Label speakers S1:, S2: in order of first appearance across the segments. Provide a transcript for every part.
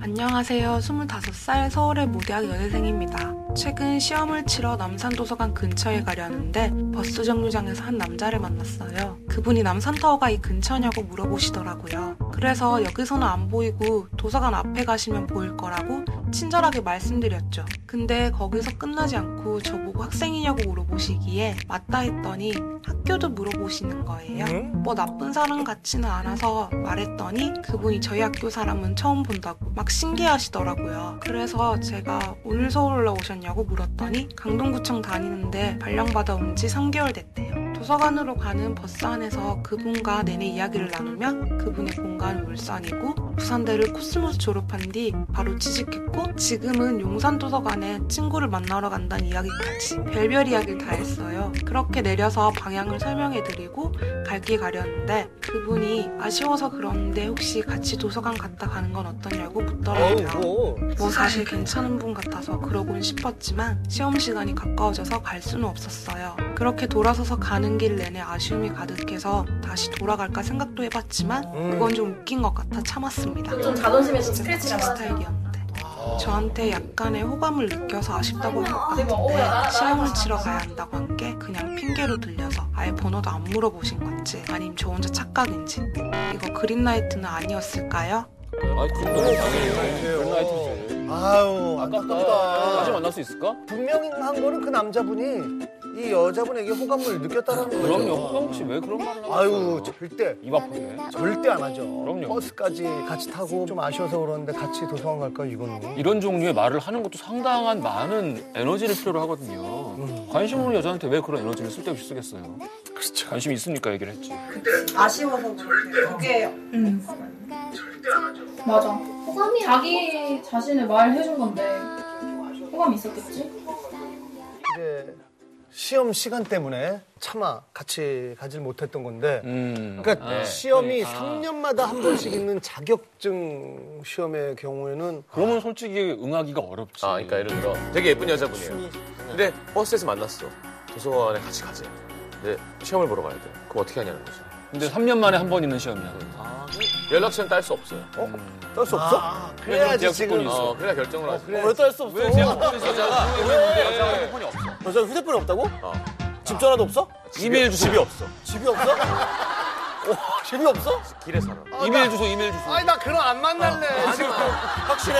S1: 안녕하세요. 25살 서울의 모대학 연애생입니다. 최근 시험을 치러 남산도서관 근처에 가려는데 버스 정류장에서 한 남자를 만났어요. 그분이 남산타워가 이 근처냐고 물어보시더라고요. 그래서 여기서는 안 보이고 도서관 앞에 가시면 보일 거라고 친절하게 말씀드렸죠. 근데 거기서 끝나지 않고 저보고 학생이냐고 물어보시기에 맞다 했더니 학교도 물어보시는 거예요. 뭐 나쁜 사람 같지는 않아서 말했더니 그분이 저희 학교 사람은 처음 본다고 막 신기해하시더라고요. 그래서 제가 오늘 서울 올라오셨냐고 물었더니 강동구청 다니는데 발령받아 온 지 3개월 됐대요. 도서관으로 가는 버스 안에서 그분과 내내 이야기를 나누며 그분의 본가는 울산이고 부산대를 코스모스 졸업한 뒤 바로 취직했고 지금은 용산도서관에 친구를 만나러 간다는 이야기까지 별별 이야기를 다 했어요. 그렇게 내려서 방향을 설명해드리고 갈 길 가려는데 그분이 아쉬워서 그런데 혹시 같이 도서관 갔다 가는 건 어떠냐고 묻더라고요.
S2: 어우,
S1: 뭐 사실 괜찮은 분 같아서 그러곤 싶었지만 시험 시간이 가까워져서 갈 수는 없었어요. 그렇게 돌아서서 가는 길 내내 아쉬움이 가득해서 다시 돌아갈까 생각도 해봤지만 그건 좀 웃긴 것 같아 참았습니다.
S3: 좀 자존심에 좀
S1: 진짜
S3: 스크래치가
S1: 같은 스타일이었는데 저한테 약간의 호감을 느껴서 아쉽다고 할 것
S3: 대박. 어, 야, 나-
S1: 같은데
S3: 나랑
S1: 시험을
S3: 같이
S1: 치러
S3: 갔다.
S1: 가야 한다고 한 게 그냥 핑계로 들려서 아예 번호도 안 물어보신 건지 아님 저 혼자 착각인지 이거 그린라이트는 아니었을까요?
S4: 아이 그럼 너무 당연해요. 별나이트죠.
S2: 아유,
S4: 다시
S2: 아깝다.
S4: 만날 수 있을까?
S2: 분명한 거는 그 남자분이 이 여자분에게 호감을 느꼈다는 거죠.
S4: 그럼요. 허경 씨왜 그런 말을 하는
S2: 아유, 절대.
S4: 입 아프게.
S2: 절대 안 하죠.
S4: 그럼요.
S2: 버스까지 같이 타고 좀 아쉬워서 그러는데 같이 도서관 갈까 이거는.
S4: 이런 종류의 말을 하는 것도 상당한 많은 에너지를 필요로 하거든요. 관심 없는 여자한테 왜 그런 에너지를 쓸데없이 쓰겠어요?
S2: 그렇죠.
S4: 관심 있으니까 얘기를 했지.
S5: 아쉬워서 그게
S3: 맞아. 호감이 자기 자신을 말해준 건데 호감이 있었겠지?
S2: 이제 시험 시간 때문에 차마 같이 가질 못했던 건데.
S4: 음.
S2: 그러니까
S4: 네.
S2: 시험이
S4: 그러니까.
S2: 3년마다 한 번씩 있는 자격증 시험의 경우에는
S4: 그러면 솔직히 응하기가 어렵지.
S6: 아, 그러니까 예를 들어 되게 예쁜
S4: 네.
S6: 여자분이에요. 근데 버스에서 만났어. 도서관에 같이 가재. 근데 시험을 보러 가야 돼. 그럼 어떻게 하냐는 거죠.
S4: 근데 3년 만에 한 번 있는 시험이야.
S6: 연락처는 딸 수 없어요.
S2: 떨 수 없어? 그래야지
S4: 아, 그래야지
S2: 지금.
S4: 지금.
S6: 어, 그래야 결정을 하지.
S2: 왜떨수 없어?
S4: 왜 제가 못 여자가
S6: 여자가 핸드폰이 없어.
S2: 여자 휴대폰이 없다고?
S6: 어.
S2: 집 전화도 없어?
S4: 이메일 주소.
S6: 집이 없어.
S2: 집이 없어? 집이 없어?
S6: 길에 살아.
S4: 이메일 주소, 이메일 주소.
S2: 아니 나 그럼 안 만날래 지금 어. 확실해?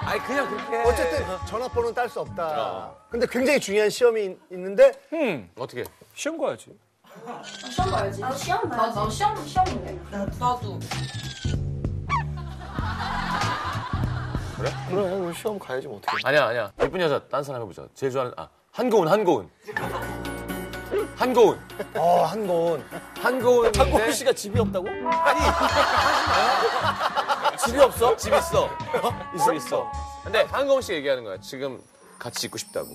S6: 아니 그냥 그렇게. 어.
S2: 어쨌든 전화번호는 딸 수 없다 근데 굉장히 중요한 시험이 있- 있는데
S4: 음,
S6: 어떻게?
S4: 시험 가야지.
S3: 아, 시험 봐야지. 나 시험 나, 나 시험 시험인데.
S5: 나도
S2: 그래 우리 시험 가야지 뭐 어떻게
S6: 아니야 아니야. 예쁜 여자 딴 사람 해보자. 제일 좋아하는 아 한고은 한고은. 한고은.
S2: 어 한건
S6: 한고은. 한고은 씨가
S2: 집이 없다고?
S6: 집이 없어? 집 있어. 있어 있어. 근데 한고은 씨 얘기하는 거야. 지금 같이 있고 싶다고.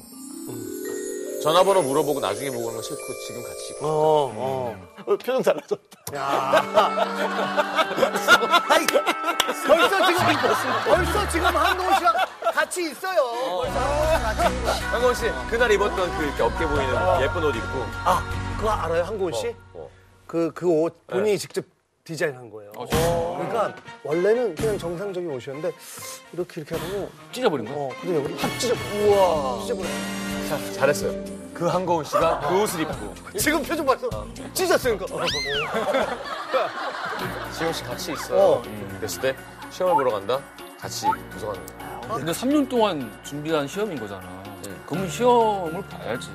S6: 전화번호 물어보고 나중에 보고 하는 거 싫고 지금 같이 있고.
S2: 어어 표정 달라졌다 야 아니, 벌써 지금 벌써 지금 한동훈 씨랑 같이 있어요 벌써
S6: 한고은 씨 그날 입었던 그 이렇게 어깨 보이는 예쁜 옷 입고.
S2: 아 그거 알아요 한고은 씨?
S6: 어.
S2: 그 그 옷 본인이 직접 디자인한 거예요. 그러니까 원래는 그냥 정상적인 옷이었는데 이렇게 이렇게 하고
S4: 찢어버린 거야.
S2: 어 근데 여기 확 찢어 우와 찢어버려.
S6: 자, 잘했어요. 그 한고은 씨가 그 옷을 입고
S2: 지금 표정 봤어? 찢었으니까.
S6: 지영 씨 같이
S2: 어.
S6: 있어요. 그랬을 때 시험을 보러 간다. 같이 도서관.
S4: 근데 3년 동안 준비한 시험인 거잖아.
S6: 네.
S4: 그러면 시험을 봐야지.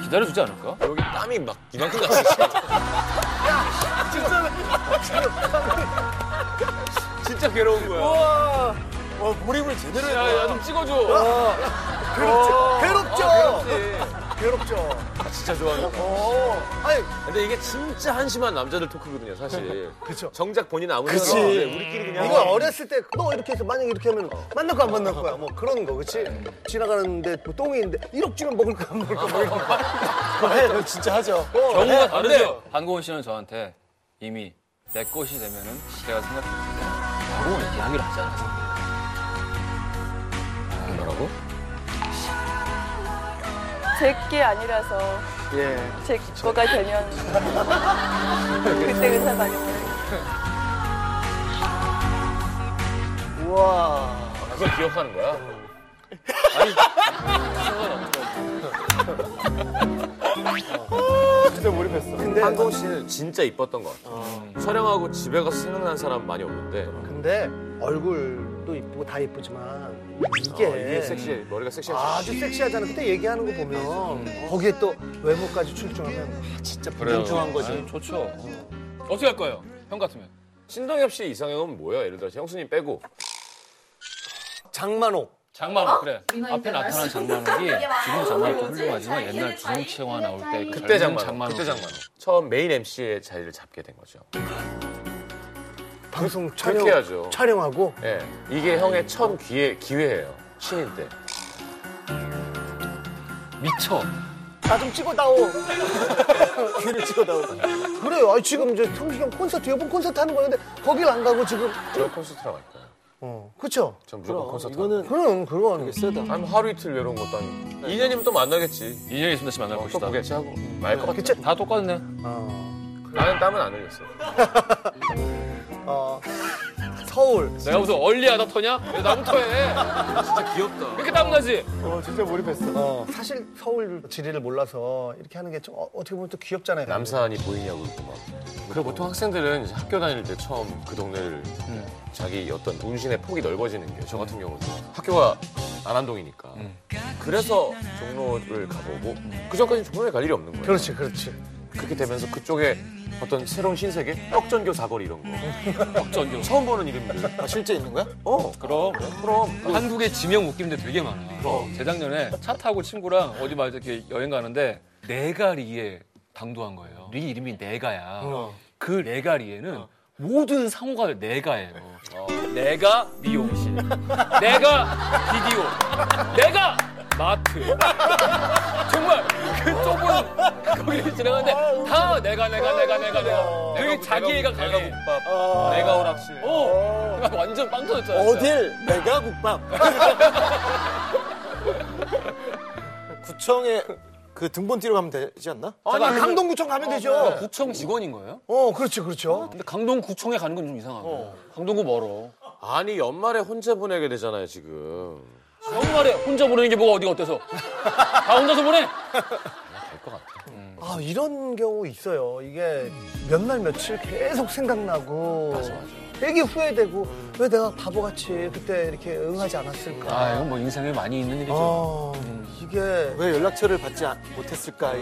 S4: 기다려주지 않을까?
S6: 여기 땀이 막 이만큼 났어. 진짜. 진짜 괴로운 거야.
S2: 와 어, 몰입을 제대로
S6: 야, 야, 좀 어. 찍어줘.
S2: 괴롭죠. 괴롭죠.
S6: 그렇지.
S2: 아, 괴롭죠.
S6: 아, 진짜 좋아하는 거.
S2: 어. 아니
S6: 근데 이게 진짜 한심한 남자들 토크거든요, 사실.
S2: 그쵸.
S6: 정작 본인 아무
S2: 그치.
S6: 생각 없는데 네, 우리끼리 그냥.
S2: 어.
S6: 어.
S2: 이거 어렸을 때 너 이렇게 해서 만약 에 이렇게 하면 만날 거야 안 만날 거야 뭐 그런 거 그치?
S6: 네.
S2: 지나가는데 뭐 똥이 있는데 1억 주면 먹을 거야 안 먹을 거야 어. 먹을 거야.
S6: 어,
S2: 그거
S6: 네,
S2: 해요 진짜 하죠.
S6: 아,
S4: 경우가 네, 다르죠. 한고은 씨는 저한테 이미 내 것이 되면은 제가 생각했을 때 바로 이렇게 이야기를 하잖아요.
S6: 뭐라고?
S7: 제 게 아니라서
S2: 예.
S7: 제 거가 되면 그때 의사가 아니고
S2: 우와.
S6: 그걸 기억하는 거야?
S2: 진짜 몰입했어. 근데
S6: 한건 씨는 진짜 이뻤던 것 같아. 촬영하고 집에 가서 생각난 사람 많이 없는데
S2: 근데 얼굴도 이쁘고 다 이쁘지만 이게,
S6: 어, 이게 섹시해. 머리가 섹시하지.
S2: 예. 아주 섹시하잖아. 그때 얘기하는 거 보면
S6: 음.
S2: 거기에 또 외모까지 출중하면 아, 진짜 부정중한 거지.
S4: 음, 아니, 좋죠. 어떻게 할 거예요? 형 같으면.
S6: 신동엽 씨 이상형은 뭐야? 예를 들어 서 형수님 빼고
S2: 장만옥.
S4: 장만호 그래.
S3: 미나인데
S4: 앞에
S3: 말-
S4: 나타난 장만호이 지금 장만호 좀 훌륭하지만 옛날 주성채화 나올 때 그
S6: 그때
S4: 젊은
S6: 장만
S4: 장만호.
S6: 그때 장만 처음 메인 MC의 자리를 잡게 된 거죠.
S2: 방송
S6: 그렇게 해야죠.
S2: 촬영, 촬영하고
S6: 예, 이게 형의 첫 기회 기회예요. 신인 때.
S4: 미쳐.
S2: 나 좀 찍어다오. 귀를 찍어다오. 그래요. 아니, 지금 이제 성식이 형 콘서트, 여분 콘서트 하는 거였는데 거길 안 가고 지금.
S6: 저 콘서트랑 갈 거예요.
S2: 어, 그쵸?
S6: 전 무조건 콘서트.
S2: 그럼 그거 하는 게 세다.
S6: 아니 뭐 하루 이틀 외로운 것도 아니고. 2년이면 또 만나겠지.
S4: 2년 있으면 다시 만날
S6: 또
S4: 것이다.
S6: 보겠지 하고. 말것 같아.
S2: 그치?
S4: 다 똑같네.
S2: 어.
S6: 나는 땀은 안 흘렸어.
S2: 어. 서울.
S4: 내가 무슨 얼리하다 터냐? 왜 나부터 해.
S6: 진짜 귀엽다.
S4: 이렇게 땀나지?
S2: 어, 진짜 몰입했어. 사실 서울 지리를 몰라서 이렇게 하는 게 좀 어, 떻게 보면 또 귀엽잖아요.
S6: 남산이 보이냐고 이렇게 막. 그리고 보통 학생들은 이제 학교 다닐 때 처음 그 동네를 자기 어떤 운신의 폭이 넓어지는 게 저 같은 경우는 학교가 안암동이니까 그래서 종로를 가보고 그 전까지 종로에 갈 일이 없는 거예요.
S2: 그렇지, 그렇지.
S6: 그렇게 되면서 그쪽에 어떤 새로운 신세계 떡전교 사거리 이런 거
S4: 전교.
S6: 처음 보는 이름들
S2: 실제 있는 거야?
S6: 어
S4: 그럼.
S6: 그럼
S4: 그 한국의 지명 웃김들 되게 많아. 재작년에 차 타고 친구랑 어디 막 이렇게 여행 가는데 네가리에 당도한 거예요. 네 이름이 네가야. 그 네가리에는 모든 상호가 네가예요. 내가 미용실, 내가 비디오, 내가 마트. 정말 그 좁은 거기를 지나가는데 다 내가 내가 내가 내가 내가.
S6: 그러니까
S4: 되게 자기애가
S6: 네.
S4: 어. 강해.
S6: 국밥 내가 오락실
S4: 오, 완전 빵 터졌잖아. 진짜.
S8: 어딜 내가 국밥. 구청에 그 등본 띠로 가면 되지 않나?
S2: 아니, 강동구청 가면 되죠.
S4: 구청 직원인 거예요?
S2: 어, 그렇지, 그렇죠.
S4: 근데 강동구청에 가는 건 좀 이상하고. 강동구 멀어.
S6: 아니 연말에 혼자 보내게 되잖아요 지금
S4: 정말에 혼자 보내는 게 뭐가 어디가 어때서? 다 혼자서 보내.
S2: 아, 이런 경우 있어요. 이게 몇 날 며칠 계속 생각나고. 되게 후회되고, 왜 내가 바보같이 그때 이렇게 응하지 않았을까.
S4: 아, 음. 이건 뭐 인생에 많이 있는 일이죠.
S2: 어, 이게.
S8: 왜 연락처를 받지 않- 못했을까? 이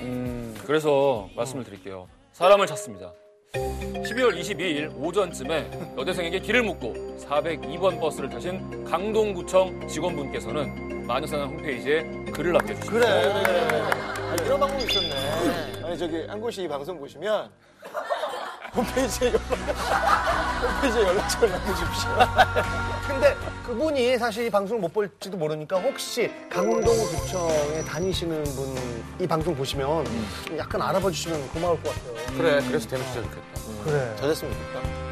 S4: 음, 그래서 말씀을 드릴게요. 사람을 찾습니다. 12월 22일 오전쯤에 여대생에게 길을 묻고 402번 버스를 타신 강동구청 직원분께서는 마녀사냥 홈페이지에 글을 남겨주십니다.
S8: 그래. 아, 이런 방법이 있었네. 아니 저기 한 곳이 이 방송 보시면 홈페이지에 연락 홈페이지에 연락처를 남겨주십시오.
S2: 근데 그분이 사실 이 방송을 못 볼지도 모르니까 혹시 강동구청에 다니시는 분 이 방송 보시면 약간 알아봐 주시면 고마울 것 같아요.
S6: 그래 그래서 데뷔 진짜 좋겠다
S2: 그래.
S8: 잘 됐으면 좋겠다.